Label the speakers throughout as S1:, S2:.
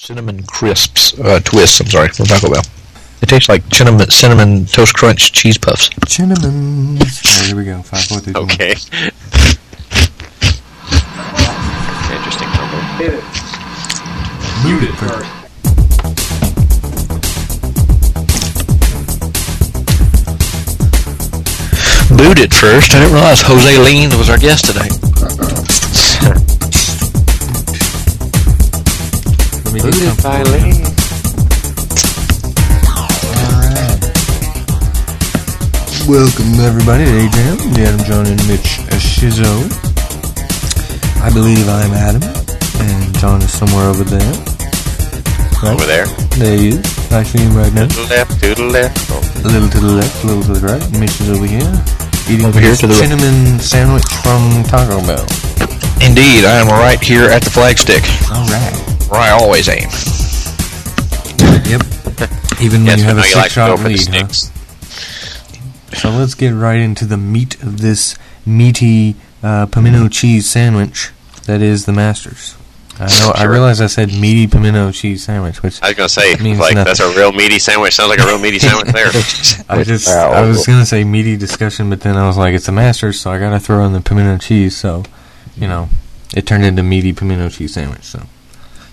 S1: cinnamon crisps uh, twists. I'm sorry, from Taco Bell. They taste like cinnamon, cinnamon toast crunch cheese puffs.
S2: Cinnamon. Oh, here we go. Five, four, three, two, one.
S3: Okay. Interesting combo.
S4: Hit it. Mute it first.
S1: Booed at first. I didn't realize Jose Lean was our guest today.
S2: Let me do something. Alright. Welcome everybody to Adrian, the Adam John and Mitch Shizo. I believe I'm Adam, and John is somewhere over there. Right?
S3: Over there.
S2: There he is. I see him right now.
S3: To the left, to the left. Oh,
S2: A little to the left, a little to the right. Mitch is over here. Eating
S1: Over here
S2: his
S1: to the right.
S2: cinnamon sandwich from Taco Bell.
S1: Indeed, I am right here at the flagstick,
S2: Alright.
S1: where I always aim.
S2: Yep. Even when
S3: yes,
S2: you
S3: but
S2: have
S3: no,
S2: a
S3: you
S2: six
S3: like to
S2: shot
S3: go for the
S2: lead, huh?
S3: sticks.
S2: So let's get right into the meat of this meaty uh,
S3: Mm-hmm.
S2: pimento cheese sandwich that is the Masters. I know. I
S3: Sure.
S2: realize I said meaty pimento cheese sandwich, which
S3: I was gonna say,
S2: Means
S3: like
S2: nothing.
S3: that's a real meaty sandwich. Sounds like a real meaty sandwich there.
S2: I just I was gonna say meaty discussion, but then I was like, it's the Masters, so I gotta throw in the pimento cheese. So, you know, it turned into meaty pimento cheese sandwich. So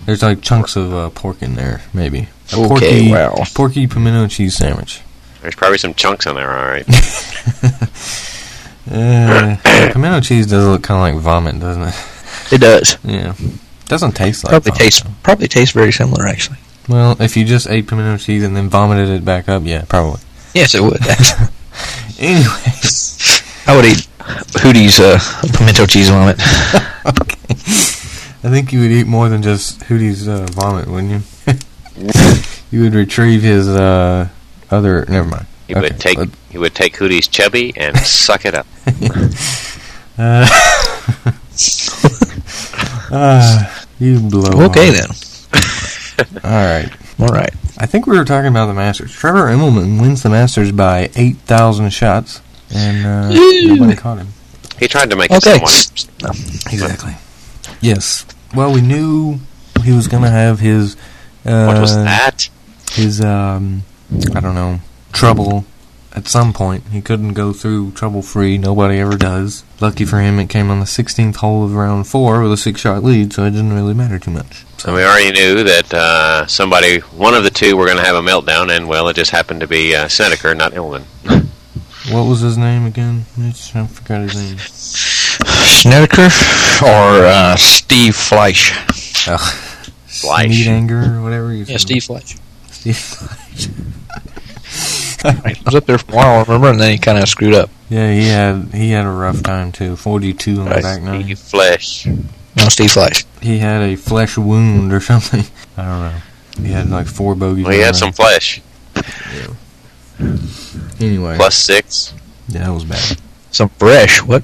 S2: there's like chunks of uh, pork in there, maybe. A
S1: Okay,
S2: porky,
S1: wow.
S2: porky pimento cheese sandwich.
S3: There's probably some chunks in there. All right.
S2: Uh, pimento cheese does look kind of like vomit, doesn't it?
S1: It does.
S2: Yeah. Doesn't taste like
S1: Probably
S2: vomit,
S1: tastes
S2: though.
S1: probably tastes very similar, actually.
S2: Well, if you just ate pimento cheese and then vomited it back up, yeah, probably.
S1: Yes, it would.
S2: Anyway,
S1: I would eat Hootie's uh, pimento cheese on it.
S2: I think you would eat more than just Hootie's uh, vomit, wouldn't you? you would retrieve his uh, other. Never mind.
S3: He
S2: Okay,
S3: would take
S2: let-
S3: he would take Hootie's chubby and suck it up.
S2: Uh, ah, you blow.
S1: Okay
S2: on.
S1: then.
S2: All right.
S1: All right.
S2: I think we were talking about the Masters. Trevor Immelman wins the Masters by eight thousand shots, and uh, nobody caught him.
S3: He tried to make
S1: Okay.
S3: it someone.
S2: Exactly. Yes. Well, we knew he was going to have his uh,
S3: What was that?
S2: his um, I don't know trouble at some point. He couldn't go through trouble free. Nobody ever does. Lucky for him, it came on the 16th hole of round four with a six shot lead, so it didn't really matter too much.
S3: So we already knew that uh, somebody, one of the two, were going to have a meltdown, and well, it just happened to be uh, Snedeker, not Illman.
S2: What was his name again? It's- I forgot his name.
S1: Snedeker or uh, Steve Fleisch?
S3: Uh, Fleisch.
S2: Sneed Anger or whatever. his name-
S1: Fleisch.
S2: Steve Fleisch.
S1: I was up there for a while, I remember, and then he kind of screwed up.
S2: Yeah, he had he had a rough time too. 42 on the
S1: Right.
S2: back nine.
S3: Steve Flesh.
S1: No, Steve Fleisch.
S2: he had a flesh wound or something. I don't know. He had like four bogeys.
S3: Well, he
S2: in a
S3: had
S2: row.
S3: some flesh.
S2: Anyway,
S3: Plus six.
S2: yeah, that was bad.
S1: Some fresh. What?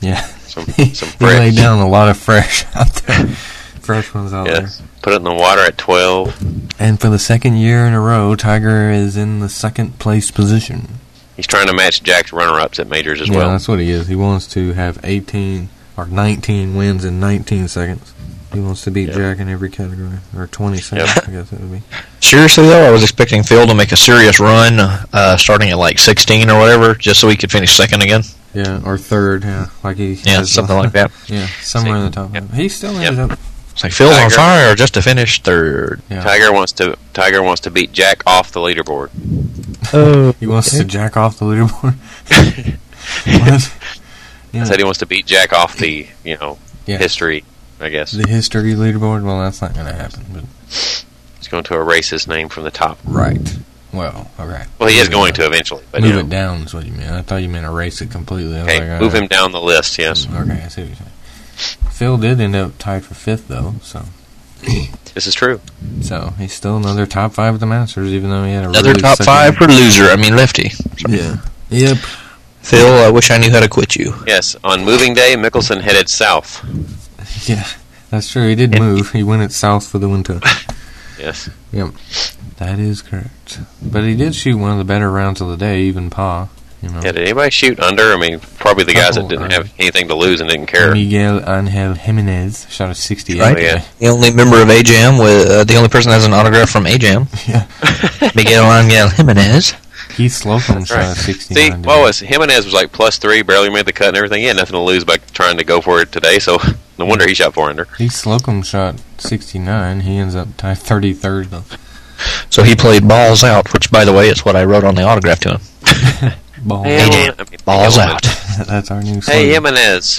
S2: Yeah,
S3: Some,
S2: he
S3: some
S2: laid
S3: fresh.
S2: down a lot of fresh out there, fresh ones out
S3: Yes. Put it in the water at 12.
S2: there. And for the second year in a row, Tiger is in the second place position.
S3: He's trying to match Jack's runner-ups at majors as
S2: yeah,
S3: well.
S2: that's what he is. He wants to have 18 or 19 wins in 19 seconds. He wants to beat
S3: Yep.
S2: Jack in every category, or 20 seconds, I guess it would be.
S1: Seriously though, I was expecting Phil to make a serious run, uh, starting at like 16 or whatever, just so he could finish second again.
S2: Yeah, or third, yeah, like he
S1: Yeah,
S2: has- uh,
S1: something like that.
S2: Yeah, somewhere in the top.
S3: Yep.
S2: He still ended up
S1: It's like Phil's on
S3: Tiger.
S1: fire, or just to finish third.
S2: Yeah.
S3: Tiger wants to Tiger wants to beat Jack off the leaderboard.
S1: Oh,
S2: He wants to jack off the leaderboard. What?
S3: I
S2: Yeah.
S3: said he wants to beat Jack off the you know
S2: Yeah.
S3: history. I guess
S2: The history leaderboard. Well, that's not going to happen. But
S3: he's going to erase his name from the top.
S2: right. Well, all right.
S3: Well, he is going to eventually, but
S2: move
S3: you know.
S2: it down is what you mean. I thought you meant erase it completely. I was
S3: Okay,
S2: like, uh, all
S3: move him
S2: right.
S3: down the list. Yes,
S2: Okay, I see what you're saying. Phil did end up tied for fifth though, so
S3: this is true.
S2: so he's still another top five at the Masters, even though he had a
S1: another
S2: really
S1: top
S2: sucky-
S1: five for loser. I mean lefty.
S2: Yeah. Yep.
S1: Phil, I wish I knew how to quit you.
S3: Yes, on moving day, Mickelson headed south.
S2: Yeah. That's true. He did
S1: And-
S2: move. He went it south for the winter.
S3: Yes,
S2: That is correct. But he did shoot one of the better rounds of the day, even Pa. You know.
S3: Yeah, did anybody shoot under? I mean, probably the guys that didn't have anything to lose and didn't care.
S2: Miguel Angel Jimenez shot a 68.
S1: Right.
S3: Oh, yeah.
S1: The only member of AJAM with uh, the only person that has an autograph from AJAM,
S2: Yeah.
S1: Miguel Angel Jimenez.
S2: Keith Slocum
S3: That's right.
S2: shot a 69.
S3: See,
S2: dude.
S3: what was Jimenez was like plus three, barely made the cut and everything. He had nothing to lose by trying to go for it today, so no wonder he shot four under.
S2: Keith Slocum shot 69. He ends up tied 33rd, though.
S1: So he played balls out, which, by the way, is what I wrote on the autograph to him.
S2: Ball.
S1: Yeah.
S3: well, I mean,
S1: Balls
S3: come on.
S1: out.
S2: That's our new slogan.
S3: Hey, Jimenez,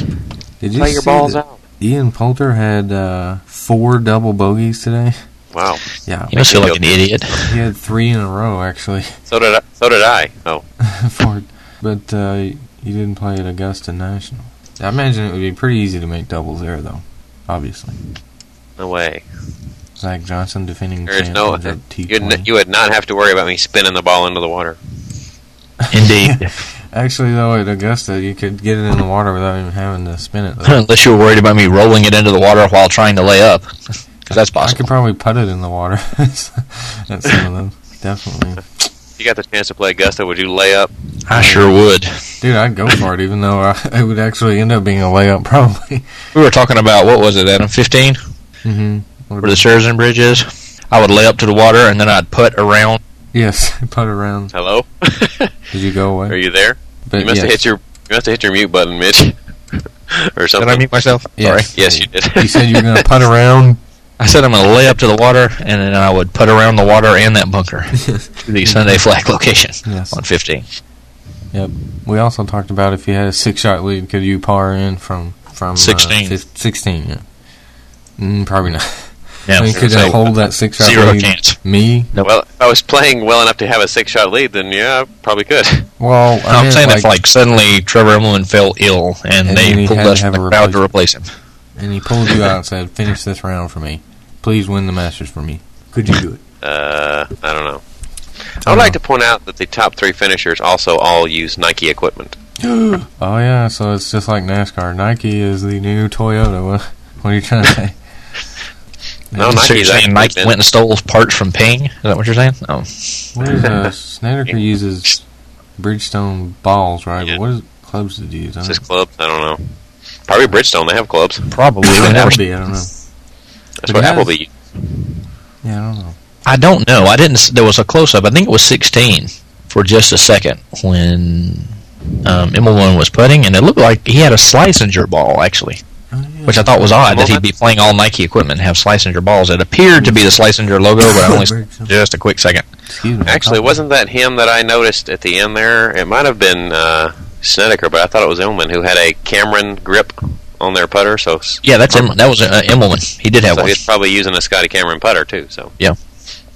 S2: Did you
S3: play your
S2: see
S3: balls
S2: that
S3: out.
S2: Ian Poulter had uh, four double bogeys today?
S3: Wow.
S2: Yeah.
S1: He must feel like an idiot.
S2: He had three in a row, actually,
S3: So did I. So did I. Oh,
S2: for But uh, he didn't play at Augusta National. I imagine it would be pretty easy to make doubles there, though, obviously.
S3: no way.
S2: Zach Johnson defending
S3: There is
S2: champ
S3: no.
S2: ends up
S3: You'd,
S2: T20.
S3: n- you would not have to worry about me spinning the ball into the water.
S1: Indeed.
S2: Actually, though, at Augusta, you could get it in the water without even having to spin it. Though.
S1: Unless you were worried about me rolling it into the water while trying to lay up. 'Cause that's
S2: I could
S1: possible.
S2: probably put it in the water. That's some of them. Definitely.
S3: If you got the chance to play Augusta, would you lay up?
S1: I sure would.
S2: Dude, I'd go for it, even though I, it would actually end up being a layup, probably.
S1: We were talking about, what was it, Adam? 15?
S2: Mm-hmm.
S1: Where the Sheridan Bridge is? I would lay up to the water and then I'd put around.
S2: Yes, put around.
S3: Hello,
S2: Did you go
S3: are
S2: away?
S3: you there?
S2: But
S1: Uh,
S3: you must have
S2: yes.
S3: hit your. You must have hit your mute button, Mitch, or
S1: Did
S3: something.
S1: I mute myself? Sorry.
S2: Yes.
S3: Yes, you did.
S2: You said you were going to putt around.
S1: I said I'm going to lay up to the water and then I would put around the water and that bunker to the Sunday flag location
S2: Yes.
S1: on 15.
S2: We also talked about if you had a six shot lead, could you par in from from uh,
S1: 16.
S2: fif- 16, yeah. Mm, probably not.
S1: Yeah.
S2: I mean, could
S3: So,
S2: I hold that six shot
S1: Zero
S2: lead?
S1: chance.
S2: Me?
S3: Well, if I was playing well enough to have a six-shot lead, then yeah, I probably could.
S2: Well,
S1: No,
S2: I
S1: I'm
S2: meant,
S1: saying
S2: like,
S1: if like suddenly Trevor Immelman fell ill and,
S2: And then
S1: they
S2: he
S1: pulled
S2: had to
S1: us from
S2: have
S1: the
S2: a
S1: crowd to replace him.
S2: and he pulled you out and said, "Finish this round for me. Please win the Masters for me." Could you do it?
S3: Uh, I don't know.
S1: Oh,
S3: I would like to point out that the top three finishers also all use Nike equipment.
S2: oh yeah, so it's just like NASCAR. Nike is the new Toyota. What, what are you trying to say?
S3: No,
S1: so
S3: Nike's
S1: you're saying
S3: actually
S1: Nike
S3: been-
S1: went and stole parts from Ping? Is that what you're saying? Oh,
S2: What is uh, Snedeker uses Bridgestone balls, right?
S3: Yeah.
S2: But what is clubs did he use? I don't
S3: Is this clubs? I don't know. Probably Bridgestone. They have clubs.
S1: probably.
S2: know.
S1: They never-
S2: Appleby, I don't know.
S3: That's
S2: But
S3: what
S2: he has-
S3: Appleby. used.
S2: Yeah, I don't know.
S1: I don't know. I didn't. s- There was a close up. I think it was 16 for just a second when um, Immelman was putting, and it looked like he had a Slicer ball actually,
S2: Oh, yeah.
S1: which I thought was odd that he'd be playing all Nike equipment and have Slicer balls. It appeared to be the Slicer logo, but I only saw just a quick second.
S2: Excuse me.
S3: Actually, wasn't that him that I noticed at the end there? It might have been uh, Snedeker, but I thought it was Illman who had a Cameron grip on their putter. So, s-
S1: Yeah, that's Im- that was uh, Immelman. He did have
S3: so
S1: one.
S3: he's probably using a Scotty Cameron putter too. So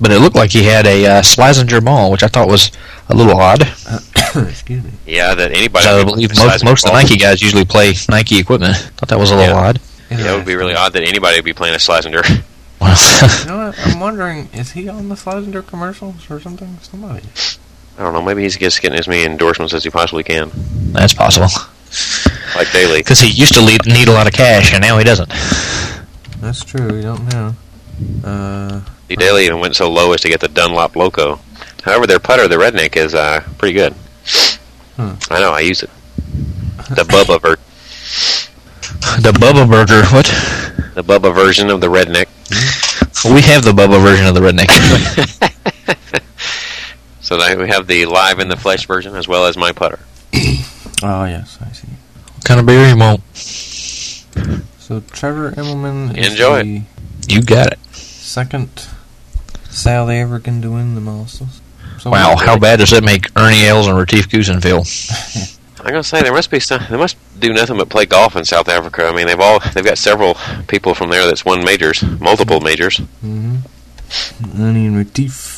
S1: but it looked like he had a uh, Slazenger ball, which I thought was a little odd.
S2: Excuse me.
S3: yeah, that anybody.
S1: So I
S3: would be
S1: believe
S3: playing
S1: most,
S3: Sizer
S1: most of the
S3: ball.
S1: Nike guys usually play Nike equipment. Thought that was a little
S3: Yeah.
S1: odd.
S3: Yeah, it would be really odd that anybody would be playing a Slazenger.
S1: Well,
S2: You know what? I'm wondering, is he on the Slazenger commercials or something? Somebody.
S3: I don't know. Maybe he's just getting as many endorsements as he possibly can,
S1: that's possible
S3: like daily.
S1: because he used to lead, need a lot of cash, and now he doesn't.
S2: That's true. We don't know. Uh,
S3: The daily even went so low as to get the Dunlop Loco. However, their putter, the Redneck, is uh, pretty good.
S2: Hmm.
S3: I know. I use it. The Bubba ver-
S1: The Bubba Burger, what?
S3: the Bubba version of the Redneck.
S1: Hmm. We have the Bubba version of the redneck.
S3: So now we have the live in the flesh version as well as my putter.
S2: oh yes, I see.
S1: what kind of beer you want?
S2: So Trevor Immelman is
S3: Enjoy
S2: the
S1: You got it.
S2: second South African to win the Masters. So
S1: Wow,
S2: we-
S1: how bad does that make Ernie Els and Retief Goosen feel?
S3: I'm gonna say there must be some. They must do nothing but play golf in South Africa. I mean, they've all they've got several people from there that's won majors, multiple majors.
S2: Mhm. Lenny and Retief.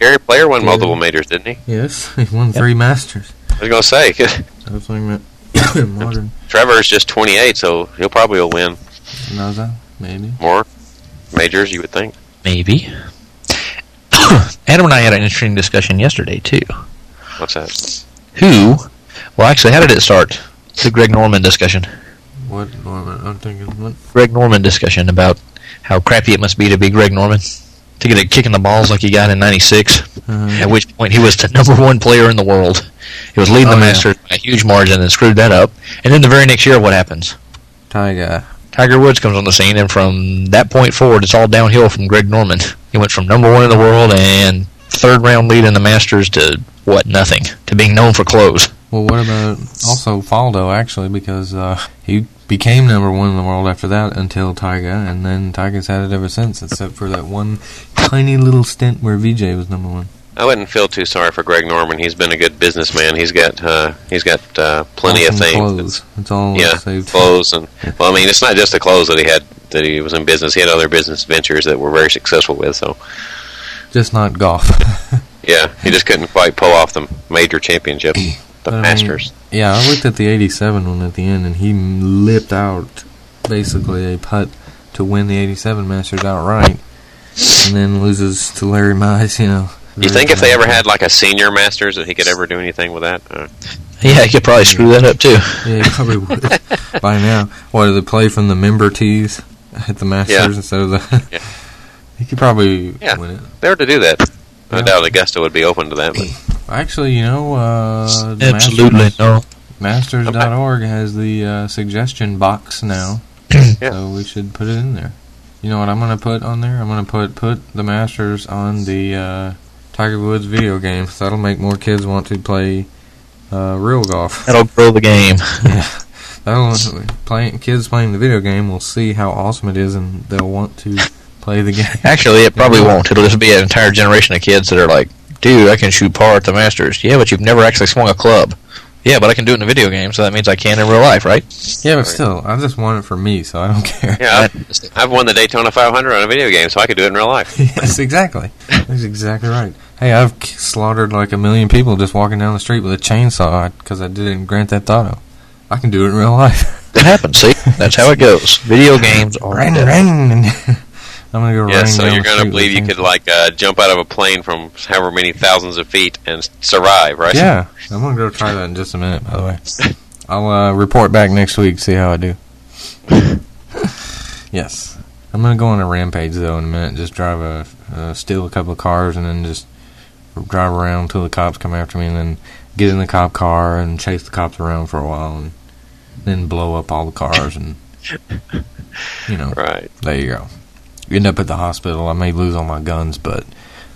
S3: Gary Player won multiple majors, didn't he?
S2: Yes, he won three Masters.
S3: I was gonna say
S2: I was talking about modern
S3: Trevor's just 28, so he'll probably will win
S2: Naza, maybe.
S3: more majors. You would think.
S1: Maybe. Adam and I had an interesting discussion yesterday too.
S3: What's that?
S1: Who? Well, actually, how did it start? The Greg Norman discussion.
S2: What Norman? I'm thinking what?
S1: Greg Norman discussion about how crappy it must be to be Greg Norman. to get a kick in the balls like he got in '96.
S2: Uh-huh.
S1: At which point he was the number one player in the world. He was leading
S2: Oh,
S1: the
S2: yeah.
S1: Masters by a huge margin and screwed that up. And then the very next year, what happens?
S2: Tiger.
S1: Tiger Woods comes on the scene, and from that point forward, it's all downhill from Greg Norman. He went from number one in the world and third round lead in the Masters to what nothing to being known for clothes.
S2: Well, what about also Faldo actually because uh, he became number one in the world after that until Tiger, and then Tiger's had it ever since, except for that one tiny little stint where VJ was number one.
S3: I wouldn't feel too sorry for Greg Norman. He's been a good businessman. He's got uh, he's got uh, plenty
S2: Awesome
S3: of things.
S2: Clothes. It's all
S3: yeah,
S2: saved.
S3: clothes and well, I mean, it's not just the clothes that he had that he was in business. He had other business ventures that were very successful with. So
S2: Just not golf.
S3: yeah, he just couldn't quite pull off the major championship, the
S2: But I mean-
S3: Masters.
S2: Yeah, I looked at the 87 one at the end, and he m- lipped out basically a putt to win the 87 Masters outright, and then loses to Larry Mize, you know.
S3: You think if they ever had like a senior Masters that he could ever do anything with that? Uh,
S1: Yeah, he could probably screw that up too.
S2: Yeah, he probably would by now. What, do they play from the member tees at the Masters instead of the.
S3: Yeah.
S2: He could probably
S3: Yeah.
S2: win it.
S3: they were to do that. I
S2: Yeah.
S3: doubt Augusta would be open to that. But
S2: Actually, you know, uh, the
S1: Absolutely
S2: Masters,
S1: no.
S2: Masters.org has the uh, suggestion box now,
S3: Yeah.
S2: so we should put it in there. You know what I'm gonna put on there? I'm gonna put put the Masters on the uh, Tiger Woods video game. So that'll make more kids want to play uh, real golf.
S1: That'll grow the game.
S2: yeah. That'll playing kids playing the video game will see how awesome it is, and they'll want to play the game.
S1: Actually, it probably won't. It'll just be an entire generation of kids that are like, "Dude, I can shoot par at the Masters." Yeah, but you've never actually swung a club. Yeah, but I can do it in a video game, so that means I can in real life, right?
S2: Yeah, but still, I just want it for me, so I don't care.
S3: yeah, I've, I've won the Daytona 500 on a video game, so I could do it in real life.
S2: yes, exactly. That's exactly right. Hey, I've k- slaughtered like a million people just walking down the street with a chainsaw because I did it in Grand Theft Auto. I can do it in real life.
S1: That happens. See, that's how it goes. Video games are.
S2: Rain,
S1: death.
S2: rain. I'm gonna go.
S3: Yeah,
S2: rain
S3: so
S2: down
S3: you're
S2: the
S3: going to
S2: street with
S3: believe
S2: a
S3: you
S2: chainsaw.
S3: could like uh, jump out of a plane from however many thousands of feet and s- survive, right?
S2: Yeah, I'm gonna go try that in just a minute. By the way, I'll uh, report back next week. See how I do. yes, I'm gonna go on a rampage though in a minute. Just drive a, uh, steal a couple of cars, and then just drive around till the cops come after me, and then get in the cop car and chase the cops around for a while, and then blow up all the cars, and you know,
S3: Right.
S2: there you go. You end up at the hospital. I may lose all my guns, but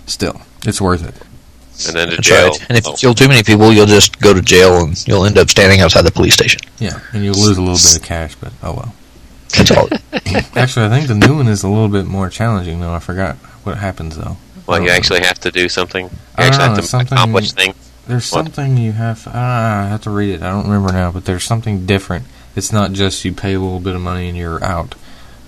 S2: still, it's worth it.
S3: And then to
S1: That's
S3: jail.
S1: right. And if you
S3: Oh.
S1: kill too many people, you'll just go to jail and you'll end up standing outside the police station.
S2: Yeah, and you'll lose a little bit of cash, but oh well.
S1: That's all.
S2: Actually, I think the new one is a little bit more challenging, though. I forgot what happens, though.
S3: Well, you
S2: Oh.
S3: actually have to do something. You
S2: I
S3: actually
S2: don't know,
S3: have to
S2: something-
S3: accomplish things.
S2: There's
S3: What?
S2: something you have. Ah, I have to read it. I don't remember now, but there's something different. It's not just you pay a little bit of money and you're out.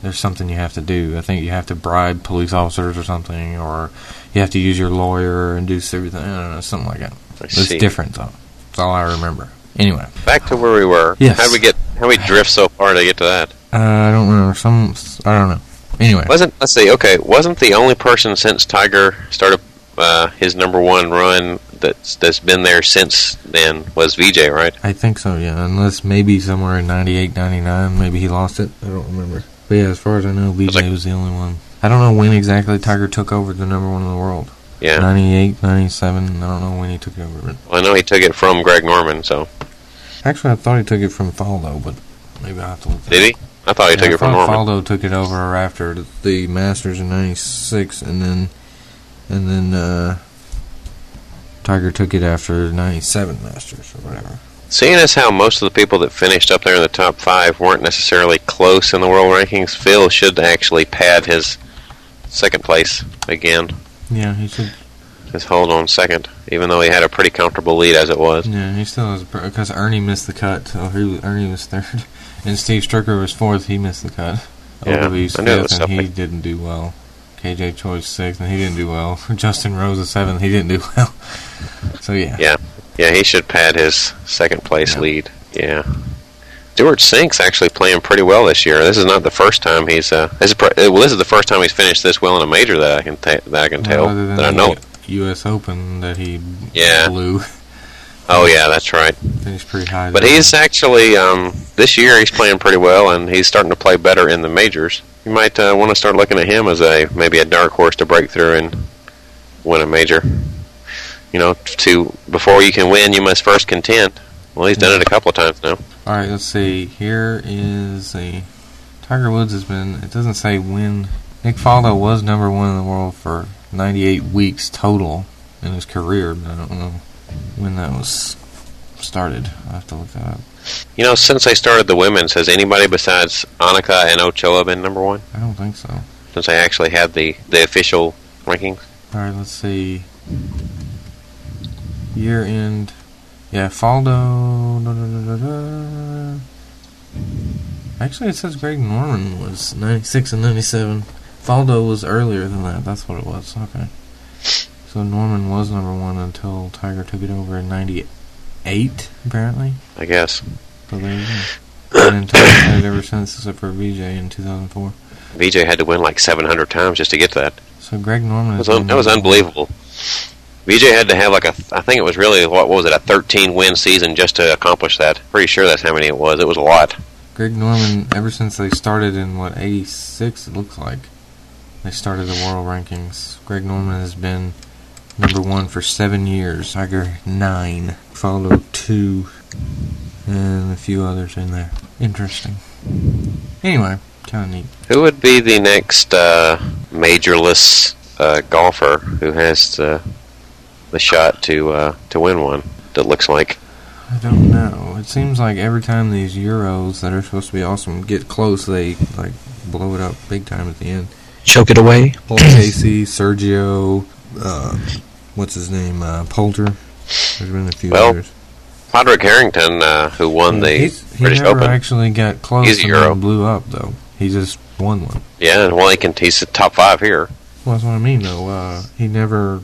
S2: There's something you have to do. I think you have to bribe police officers or something, or you have to use your lawyer and do everything. I don't know, something like that.
S3: I
S2: It's
S3: see.
S2: different, though. That's all I remember. Anyway,
S3: Back to where we were.
S2: Yes.
S3: How did we get? How we drift so far to get to that?
S2: uh, I don't remember. Some. I don't know. Anyway.
S3: Wasn't let's see. Okay, wasn't the only person since Tiger started uh, his number one run that's that's been there since then was VJ, right?
S2: I think so, yeah. Unless maybe somewhere in 98, 99, maybe he lost it. I don't remember. But yeah, as far as I know, BJ was,
S3: was
S2: the
S3: like-
S2: only one. I don't know when exactly Tiger took over the number one in the world.
S3: Yeah.
S2: Uh, Ninety-eight, ninety-seven. 98, 97. I don't know when he took it over. But
S3: Well, I know he took it from Greg Norman. So
S2: actually, I thought he took it from Faldo, but maybe I have to look that
S3: did he? I thought he
S2: yeah,
S3: took
S2: I
S3: it from
S2: thought
S3: Norman.
S2: Faldo took it over after the Masters in '96, and then and then uh, Tiger took it after '97 Masters or whatever.
S3: Seeing as how most of the people that finished up there in the top five weren't necessarily close in the world rankings, Phil should actually pad his second place again.
S2: Yeah, he should
S3: Just hold on second, even though he had a pretty comfortable lead as it was.
S2: Yeah, he still has because Ernie missed the cut. So he was, Ernie was third, and Steve Stricker was fourth. He missed the cut.
S3: Yeah,
S2: Ogilvy's
S3: I knew it was
S2: fifth, and he
S3: something.
S2: didn't do well. KJ Choice sixth, and he didn't do well. Justin Rose is seventh. He didn't do well. So yeah,
S3: Yeah. Yeah, he should pad his second place
S2: Yeah.
S3: lead. Yeah. Stuart Sink's actually playing pretty well this year. This is not the first time he's uh this is pr- uh, well this is the first time he's finished this well in a major that I can ta- that I can tell
S2: other than
S3: that I know.
S2: the U.S. Open that he
S3: Yeah.
S2: blew,
S3: Oh yeah, that's right.
S2: finished pretty high.
S3: But
S2: there.
S3: he's actually um this year he's playing pretty well and he's starting to play better in the majors. You might uh, want to start looking at him as a maybe a dark horse to break through and win a major. You know, to before you can win, you must first contend. Well, he's done it a couple of times now.
S2: All right, let's see. Here is a Tiger Woods has been. It doesn't say when. Nick Faldo was number one in the world for 98 weeks total in his career, but I don't know when that was started. I have to look that up.
S3: You know, since they started the women's, has anybody besides Annika and Ochoa been number one?
S2: I don't think so.
S3: Since they actually had the the official rankings.
S2: All right, let's see. Year end. Yeah, Faldo. Da, da, da, Actually, it says Greg Norman was 96 and 97. Faldo was earlier than that. That's what it was. Okay. So Norman was number one until Tiger took it over in 98, apparently.
S3: I guess.
S2: So there you go. And then Tiger had it ever since, except for VJ in 2004.
S3: VJ had to win like 700 times just to get that.
S2: So Greg Norman.
S3: Was un- that was unbelievable. VJ had to have like a, I think it was really, what was it, a 13 win season just to accomplish that. Pretty sure that's how many it was. It was a lot.
S2: Greg Norman, ever since they started in what '86, it looks like they started the world rankings. Greg Norman has been number one for seven years. Tiger nine, followed two, and a few others in there. Interesting. Anyway, kind of neat.
S3: Who would be the next uh, majorless uh, golfer who has the the shot to uh, to win one? That looks like.
S2: I don't know. It seems like every time these Euros that are supposed to be awesome get close, they like blow it up big time at the end.
S1: Choke it away.
S2: Paul Casey, Sergio, uh, what's his name, uh, Poulter. There's been a few
S3: Well,
S2: others.
S3: Patrick Harrington, uh, who won the
S2: He's- he
S3: British
S2: never
S3: Open.
S2: actually got close
S3: He's a
S2: and
S3: Euro.
S2: then blew up though. He just won one.
S3: yeah, and well, he can, he's the top five here.
S2: Well, that's what I mean though. Uh, he never.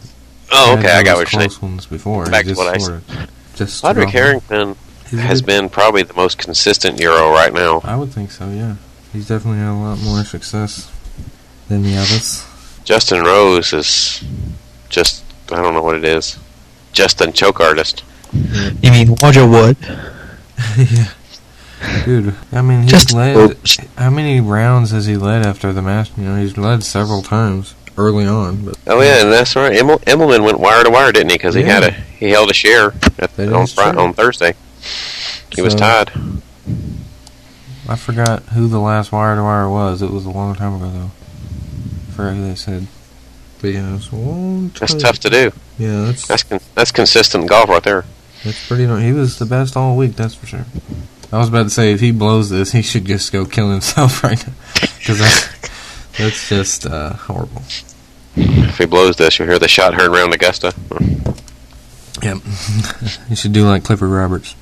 S3: Oh,
S2: had
S3: okay, I got
S2: those
S3: what you're saying.
S2: close ones before.
S3: Back
S2: he
S3: to
S2: just
S3: what I
S2: sort of just
S3: Patrick
S2: dropped-
S3: Harrington
S2: He's a
S3: has
S2: good-
S3: been probably the most consistent Euro right now.
S2: I would think so. Yeah, he's definitely had a lot more success than the others.
S3: Justin Rose is just, I don't know what it is. Justin Choke Artist.
S1: You mean Roger Wood?
S2: yeah. Dude, I mean, he's
S1: Just-
S2: led. How many rounds has he led after the master? You know, he's led several times early on, but
S3: Oh, yeah, and that's right. Emel- Emmelman went wire to wire, didn't he? Because he,
S2: Yeah.
S3: had a he held a share at,
S2: That
S3: on,
S2: is
S3: Fri-
S2: true.
S3: on Thursday. He was
S2: So-
S3: tied.
S2: I forgot who the last wire to wire was. It was a long time ago, though. I forgot who they said. But yeah, it's a long time.
S3: That's tough to do.
S2: Yeah, that's
S3: That's con- that's consistent golf right there.
S2: that's pretty. No- he was the best all week, that's for sure. I was about to say if he blows this, he should just go kill himself right now because that's, that's just uh, horrible.
S3: If he blows this, you'll hear the shot heard around Augusta.
S2: Yep. he should do like Clifford Roberts.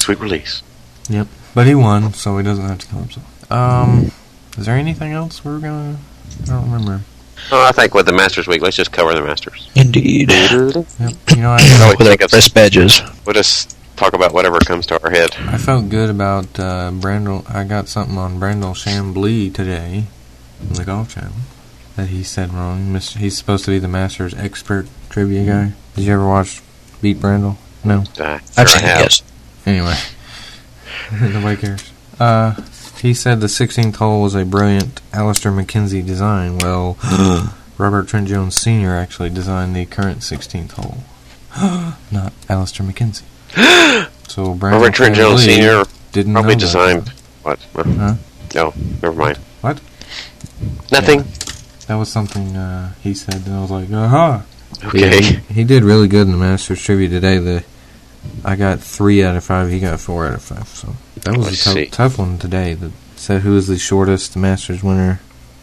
S3: Sweet release.
S2: But he won, so he doesn't have to kill himself. Um, is there anything else we're gonna? I don't remember.
S3: Oh, I think with the Masters week, let's just cover the Masters.
S1: Indeed.
S2: Yep. You know,
S1: You
S2: I,
S1: know,
S3: I
S1: with
S3: think
S1: our
S3: it's-
S1: press badges.
S3: We'll just talk about whatever comes to our head.
S2: I felt good about uh, Brandel. I got something on Brandel Chambly today on the Golf Channel that he said wrong. Mis- He's supposed to be the Masters expert trivia guy.
S3: Mm-hmm.
S2: Did you ever watch Beat Brandel? No.
S3: Uh,
S1: I've
S3: sure I
S1: seen it,
S3: have.
S1: yes.
S2: Anyway, nobody cares. Uh, he said the 16th hole was a brilliant Alistair McKenzie design. Well, Robert Trent Jones Sr. actually designed the current 16th hole, not Alistair McKenzie. so Brandon
S3: Robert Trent Jones Sr.
S2: didn't
S3: probably
S2: know that.
S3: designed what?
S2: Huh?
S3: No, never mind.
S2: What?
S3: Nothing.
S2: That was something uh, he said, and I was like, uh-huh. aha.
S3: Okay.
S2: Yeah, he, he did really good in the Masters trivia today. The I got three out of five. He got four out of five. So that was
S3: I
S2: a
S3: see.
S2: tou- tough one today. That said, who is the shortest Masters winner?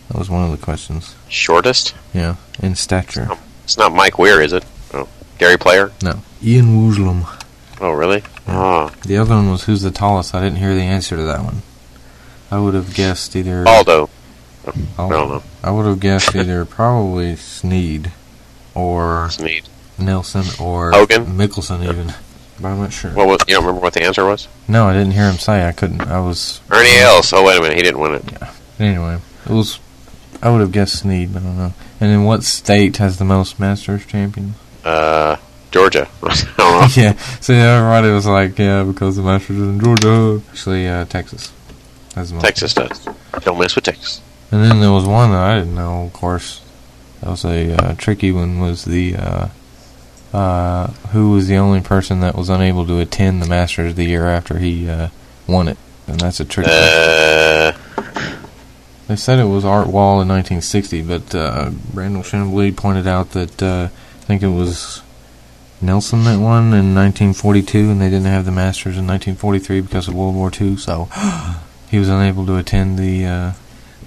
S2: That was one of the questions.
S3: Shortest?
S2: Yeah, in stature.
S3: It's not Mike Weir, is it? Oh, Gary Player.
S2: No, Ian Wooslam.
S3: Oh, really? Oh,
S2: The other one was who's the tallest. I didn't hear the answer to that one. I would have guessed either.
S3: Ah, Aldo. I
S2: Aldo.
S3: don't know.
S2: I would have guessed either probably Sneed or
S3: It's neat.
S2: Nelson or
S3: Hogan?
S2: Mickelson even. But I'm not sure.
S3: What was? You don't remember what the answer was?
S2: No, I didn't hear him say. I couldn't. I was
S3: Ernie Els. Oh, wait a minute. He didn't win it.
S2: Anyway, it was. I would have guessed Sneed, but I don't know. And in what state has the most Masters champions?
S3: Uh, Georgia. I don't know.
S2: yeah, so everybody was like, yeah, because the Masters is in Georgia. Actually, uh, Texas has the most.
S3: Texas does. Don't mess with Texas.
S2: And then there was one that I didn't know, of course. That was a uh, tricky one. Was the uh, uh, who was the only person that was unable to attend the Masters the year after he uh, won it? And that's a tricky.
S3: Uh,
S2: They said it was Art Wall in 1960, but uh, Randall Chambly pointed out that uh, I think it was Nelson that won in 1942, and they didn't have the Masters in 1943 because of World War II, so he was unable to attend the. Uh,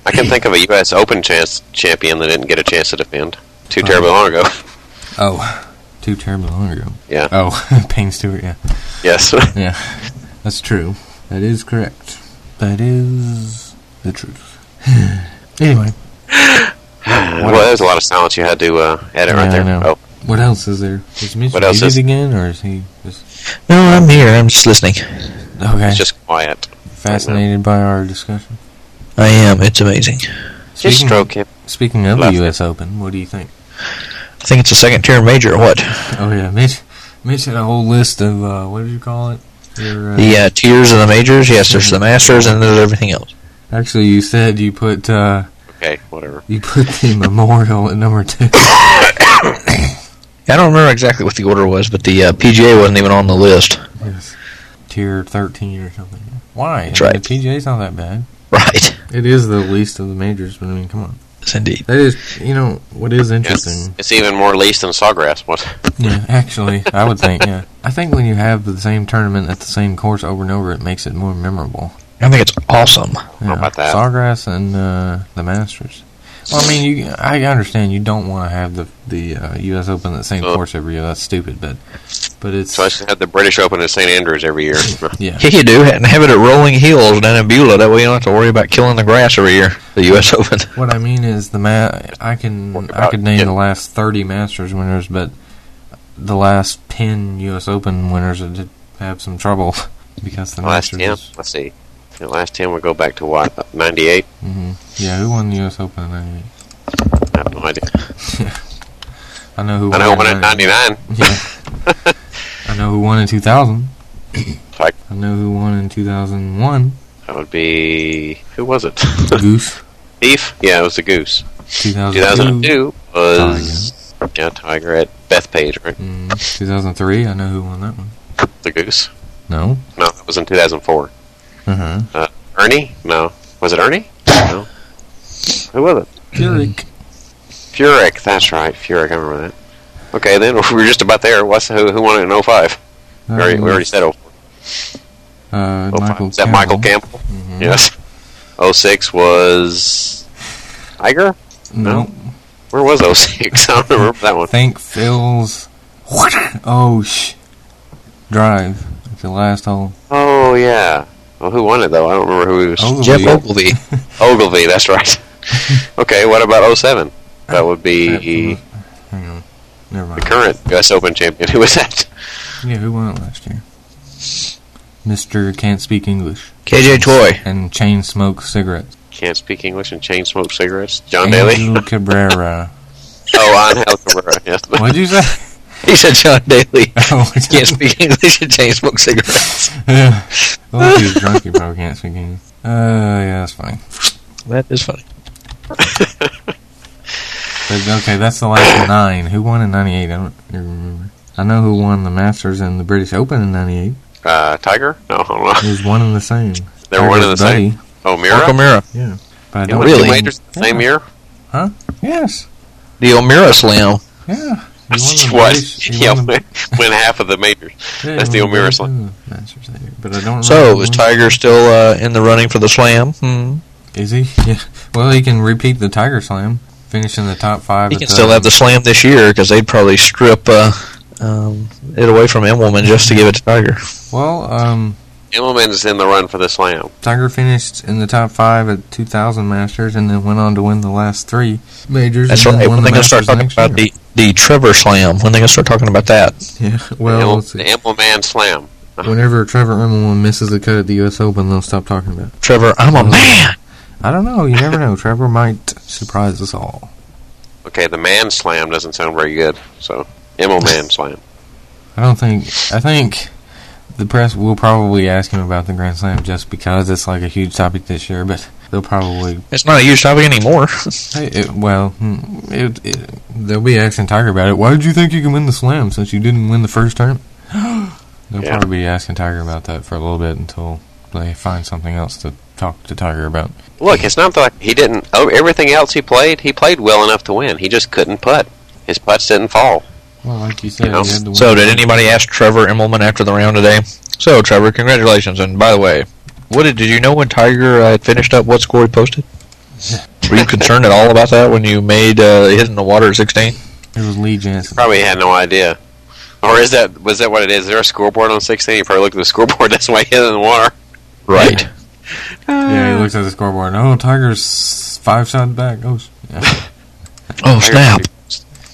S3: I can think of a U.S. Open chance champion that didn't get a chance to defend too
S2: Oh.
S3: terribly long ago.
S2: oh, too terribly long ago.
S3: Yeah.
S2: Oh, Payne Stewart, yeah.
S3: Yes.
S2: Yeah, that's true. That is correct. That is the truth. anyway,
S3: well, there's a lot of silence you had to uh, edit
S2: Yeah,
S3: right
S2: I
S3: there.
S2: know.
S3: Oh,
S2: what else is there? Is Mitch
S3: What else
S2: muted
S3: is-
S2: again, or is he just
S1: No, I'm here. I'm just listening.
S2: okay?
S3: it's just quiet.
S2: fascinated by our discussion.
S1: I am. It's amazing.
S3: Just
S2: Speaking-
S3: stroke him.
S2: Speaking of
S3: Left.
S2: the U.S. Open, what do you think?
S1: I think it's a second tier major or what?
S2: Oh yeah, Mitch. Mitch had a whole list of uh, what did you call it? Your, uh,
S1: The uh, tiers of the majors. Yes, there's the Masters and there's everything else.
S2: Actually, you said you put uh,
S3: Okay, whatever.
S2: you put the memorial at number two.
S1: I don't remember exactly what the order was, but the uh, PGA wasn't even on the list.
S2: yes. Tier thirteen or something. Why?
S1: That's
S2: I mean,
S1: right.
S2: The PGA's not that bad.
S1: Right.
S2: It is the least of the majors, but I mean, come on.
S1: Yes, indeed.
S2: That is, you know, what is
S3: Yes.
S2: interesting.
S3: It's even more least than Sawgrass. What?
S2: Yeah, actually, I would think. Yeah, I think when you have the same tournament at the same course over and over, it makes it more memorable.
S1: I think it's awesome.
S2: Yeah.
S3: about that?
S2: Sawgrass and uh, the Masters. Well, I mean, you, I understand you don't want to have the the uh, U.S. Open at the same
S3: Uh.
S2: course every year. That's stupid, but but it's
S3: So I should have the British Open at St. Andrews every year.
S2: yeah.
S1: Yeah, you do. And have it at Rolling Hills down in Beulah. That way you don't have to worry about killing the grass every year. The U.S. Open.
S2: What I mean is the ma- I
S3: Work
S2: can I
S3: about
S2: could name
S3: it.
S2: the last thirty Masters winners, but the last ten U.S. Open winners did have some trouble because the
S3: last
S2: Masters.
S3: ten. Let's see. The last ten would go back to what? Ninety-eight.
S2: hmm Yeah, who won the U.S. Open in '98?
S3: I have no idea.
S2: I know who.
S3: I know
S2: won
S3: one in ninety-nine.
S2: Yeah. I know who won in 2000.
S3: Like-
S2: I know who won in 2001.
S3: That would be who was it?
S2: Goose.
S3: Thief. Yeah, it was the Goose.
S2: 2002.
S3: 2002 was yeah Tiger at Bethpage, right?
S2: Mm, 2003. I know who won that one.
S3: The Goose.
S2: No.
S3: No, that was in 2004.
S2: Uh huh.
S3: Mm-hmm. Ernie? No, was it Ernie? No. Who was it?
S2: Furyk.
S3: Mm-hmm. Furyk. That's right, Furyk. I remember that. Okay, then we were just about there. What's who? Who won it in 05? We already, we already said 04.
S2: Uh,
S3: 05.
S2: Michael
S3: Is that Michael Campbell?
S2: Mhm.
S3: Yes. 06 was Tiger.
S2: No.
S3: Where was 06? I don't remember that one.
S2: Think Phil's. Oh sh. Drive. It's the last hole.
S3: Oh yeah. Well, who won it though? I don't remember who it was.
S2: Ogilvy.
S1: Jeff Ogilvy.
S3: Ogilvy, that's right. okay, what about 07? That would be
S2: Hang on. Never
S3: the
S2: mind.
S3: current US Open champion. Who was that?
S2: Yeah, who won it last year? Mr. Can't Speak English.
S1: KJ Choi.
S2: And chain smoke cigarettes.
S3: Can't speak English and chain smoke cigarettes. John Daly.
S2: Angel Cabrera.
S3: oh, Angel Cabrera. Yes.
S2: What'd you say?
S1: He said John Daly.
S2: Oh,
S1: Can't speak English and chain smoke cigarettes.
S2: Yeah. Well, if he was drunk, he probably can't speak English. Uh, yeah, that's fine.
S1: That is funny.
S2: But, okay, that's the last nine. Who won in '98? I don't even remember. I know who won the Masters and the British Open in '98.
S3: Uh, Tiger? No, I don't
S2: It
S3: know.
S2: was one and the same.
S3: They were one and the same.
S2: same.
S1: Mark
S3: O'Meara?
S1: O'Meara.
S2: Yeah. But I
S3: You
S2: don't
S3: went to
S1: Really?
S3: majors the same year?
S2: Yes.
S1: The O'Meara Slam.
S2: Yeah. He won the
S3: What?
S2: British- he
S3: Yeah,
S2: won the-
S3: win half of the majors.
S2: yeah, he
S3: that's
S2: won
S3: the O'Meara
S2: British
S3: slam.
S2: and the Masters that year. But I don't remember.
S1: So
S2: who
S1: is
S2: won.
S1: Tiger still uh, in the running for the Slam? Hmm.
S2: Is he? Yeah. Well, he can repeat the Tiger Slam, finish in the top five.
S1: He
S2: at
S1: can still have the Slam this year because they'd probably strip uh, um, it away from Immelman just to give it to Tiger.
S2: Well, um,
S3: Immelman's in the run for the slam.
S2: Tiger finished in the top five at 2000 Masters and then went on to win the last three majors.
S1: That's
S2: and
S1: right.
S2: then won
S1: When
S2: the
S1: they gonna start
S2: Masters
S1: talking
S2: next
S1: about
S2: year.
S1: the the Trevor Slam? When they gonna start talking about that?
S2: Yeah,
S3: Immel-
S2: well, let's
S3: the
S2: see.
S3: Immelman slam.
S2: whenever Trevor Immelman misses the cut at the U.S. Open, they'll stop talking about it.
S1: Trevor, I'm a man.
S2: I don't know. You never know. Trevor might surprise us all.
S3: Okay, the man slam doesn't sound very good. So, Immelman slam.
S2: I don't think. I think the press will probably ask him about the Grand Slam just because it's like a huge topic this year. But They'll probably.
S1: It's not a huge topic anymore.
S2: Hey, it, well, hmm, it, it, there'll be action tiger about it. Why did you think you can win the slam since you didn't win the first term? They'll
S3: Yeah.
S2: probably be asking Tiger about that for a little bit until they find something else to talk to Tiger about.
S3: Look, it's not that he didn't. Oh, everything else he played, he played well enough to win. He just couldn't putt. His putts didn't fall.
S2: Well, like you said,
S3: You know,
S2: he had to
S1: So,
S2: win.
S1: did anybody ask Trevor Immelman after the round today? So, Trevor, congratulations. And by the way, what did, did you know when Tiger uh, had finished up what score he posted? Were you concerned at all about that when you made uh, hit in the water at 16?
S2: it was Lee Jansen.
S3: Probably had no idea. Or is that was that what it is? Is there a scoreboard on sixteen? You probably looked at the scoreboard. That's why he hit it in the water.
S1: Right.
S2: Yeah, he looks at the scoreboard. Oh, Tiger's five shot back. Oh, sh- yeah.
S1: Oh,
S3: Tiger's-
S1: snap.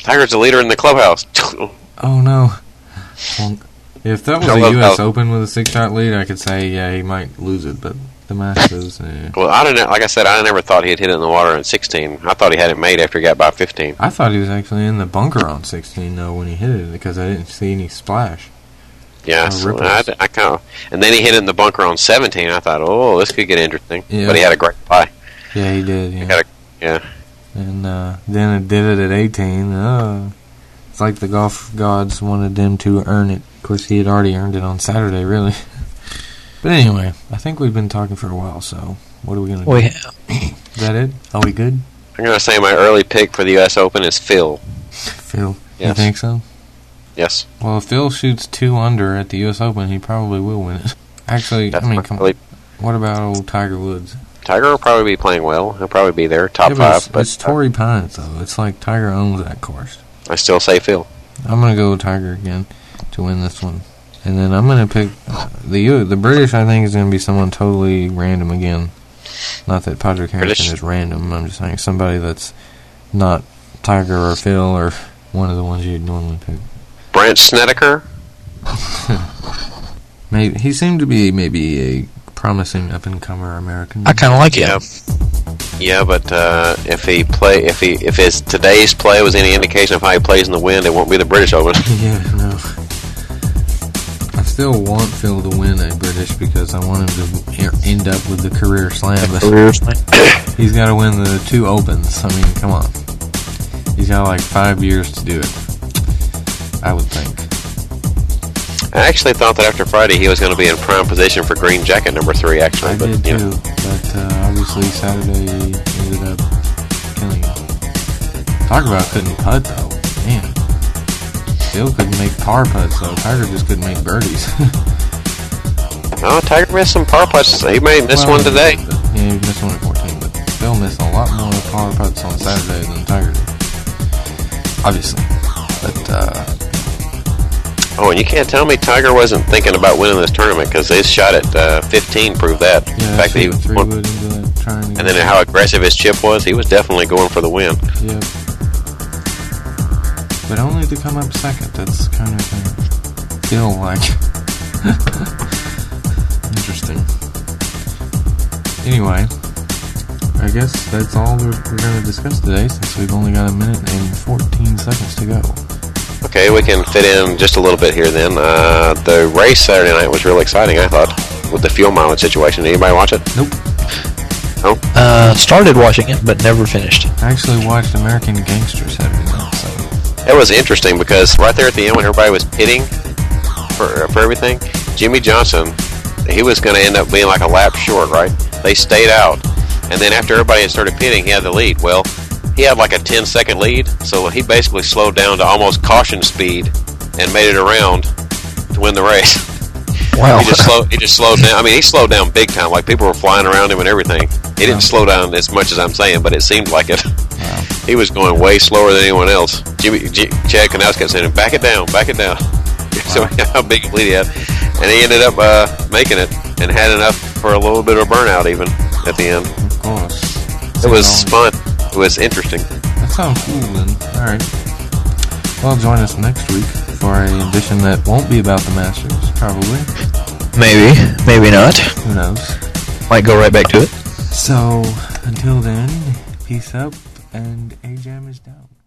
S3: Tiger's the leader in the clubhouse.
S2: oh no. Plunk. If that was
S3: I
S2: a
S3: love
S2: U.S.
S3: how-
S2: Open with a six shot lead, I could say yeah, he might lose it. But the Masters, eh.
S3: well, I don't know. Like I said, I never thought he'd hit it in the water in sixteen. I thought he had it made after he got by fifteen.
S2: I thought he was actually in the bunker on 16 though when he hit it because I didn't see any splash.
S3: Yeah,
S2: Oh,
S3: so
S2: ripples.
S3: I, I kind of. And then he hit it in the bunker on seventeen. I thought, oh, this could get interesting.
S2: Yeah.
S3: But he had a great play.
S2: Yeah, he did. Yeah.
S3: got Yeah.
S2: And uh, then it did it at 18. Uh, it's like the golf gods wanted them to earn it. Of course, he had already earned it on Saturday, really. but anyway, I think we've been talking for a while, so what are we going to do?
S1: We,
S2: Is that it? Are we good?
S3: I'm gonna say my early pick for the U.S. Open is Phil.
S2: Phil, you
S3: Yes.
S2: think so?
S3: Yes,
S2: Well, if Phil shoots two under at the U.S. Open, he probably will win it. Actually,
S3: that's
S2: I mean,
S3: my
S2: come
S3: early-
S2: on. What about old Tiger Woods?
S3: Tiger will probably be playing well. He'll probably be there, top
S2: Yeah, but
S3: five.
S2: it's,
S3: But
S2: it's Torrey Pines, though. It's like Tiger owns that course.
S3: I still say Phil.
S2: I'm gonna go with Tiger again to win this one, and then I'm gonna pick uh, the U- the British. I think is gonna be someone totally random again. Not that Patrick Harrison
S3: British?
S2: is random. I'm just saying somebody that's not Tiger or Phil or one of the ones you'd normally pick.
S3: Branch Snedeker.
S2: Maybe he seemed to be maybe a promising up and comer American.
S1: I kind of like
S3: Yeah.
S1: him.
S3: Yeah, but uh, if he play, if he if his today's play was any indication of how he plays in the wind, it won't be the British Open.
S2: yeah, no. I still want Phil to win a British because I want him to e- end up with the career slam. But
S1: Seriously?
S2: He's got to win the two opens. I mean, come on. He's got like five years to do it. I would think.
S3: I actually thought that after Friday he was going to be in prime position for green jacket number three. Actually,
S2: I
S3: but
S2: did
S3: you know,
S2: too, but uh, obviously Saturday ended up killing him. Talk about couldn't putt though, man. Still couldn't make par putts though. Tiger just couldn't make birdies.
S3: oh, Tiger missed some par putts. He made this
S2: Well,
S3: one today.
S2: Yeah, he missed one at 14, but Phil missed a lot more par putts on Saturday than Tiger did. Obviously, but uh,
S3: Oh, and you can't tell me Tiger wasn't thinking about winning this tournament because his shot at uh, 15 proved that.
S2: yeah,
S3: In
S2: that's
S3: fact, he
S2: what three
S3: won-
S2: wood into that trying to
S3: and
S2: get-
S3: then how aggressive his chip was, he was definitely going for the win.
S2: Yep. But only to come up second. That's kind of gonna feel like interesting. Anyway, I guess that's all we're, we're going to discuss today, since we've only got a minute and 14 seconds to go.
S3: Okay, we can fit in just a little bit here then. Uh, the race Saturday night was really exciting, I thought, with the fuel mileage situation. Did anybody watch it?
S2: Nope.
S1: Uh, started watching it, but never finished.
S2: I actually watched American Gangster Saturday night, so
S3: It was interesting because right there at the end when everybody was pitting for, for everything, Jimmy Johnson, he was going to end up being like a lap short, right? They stayed out. And then after everybody had started pitting, he had the lead. Well, he had like a 10 second lead, so he basically slowed down to almost caution speed and made it around to win the race.
S1: Wow.
S3: He just slowed. He just slowed down. I mean, he slowed down big time. Like people were flying around him and everything. He didn't slow down as much as I'm saying, but it seemed like it. He was going way slower than anyone else. Jimmy J- Chad Knauss kept saying, "Back it down, back it down." So how big a lead he had, and he ended up uh, making it and had enough for a little bit of a burnout even at the end.
S2: of course.
S3: It was
S2: Technology.
S3: fun. It was interesting.
S2: That sounds cool then. Alright. Well, join us next week for an edition that won't be about the Masters, probably.
S1: maybe, maybe not.
S2: Who knows?
S1: Might go right back to it.
S2: So, until then, peace up and A Jam is down.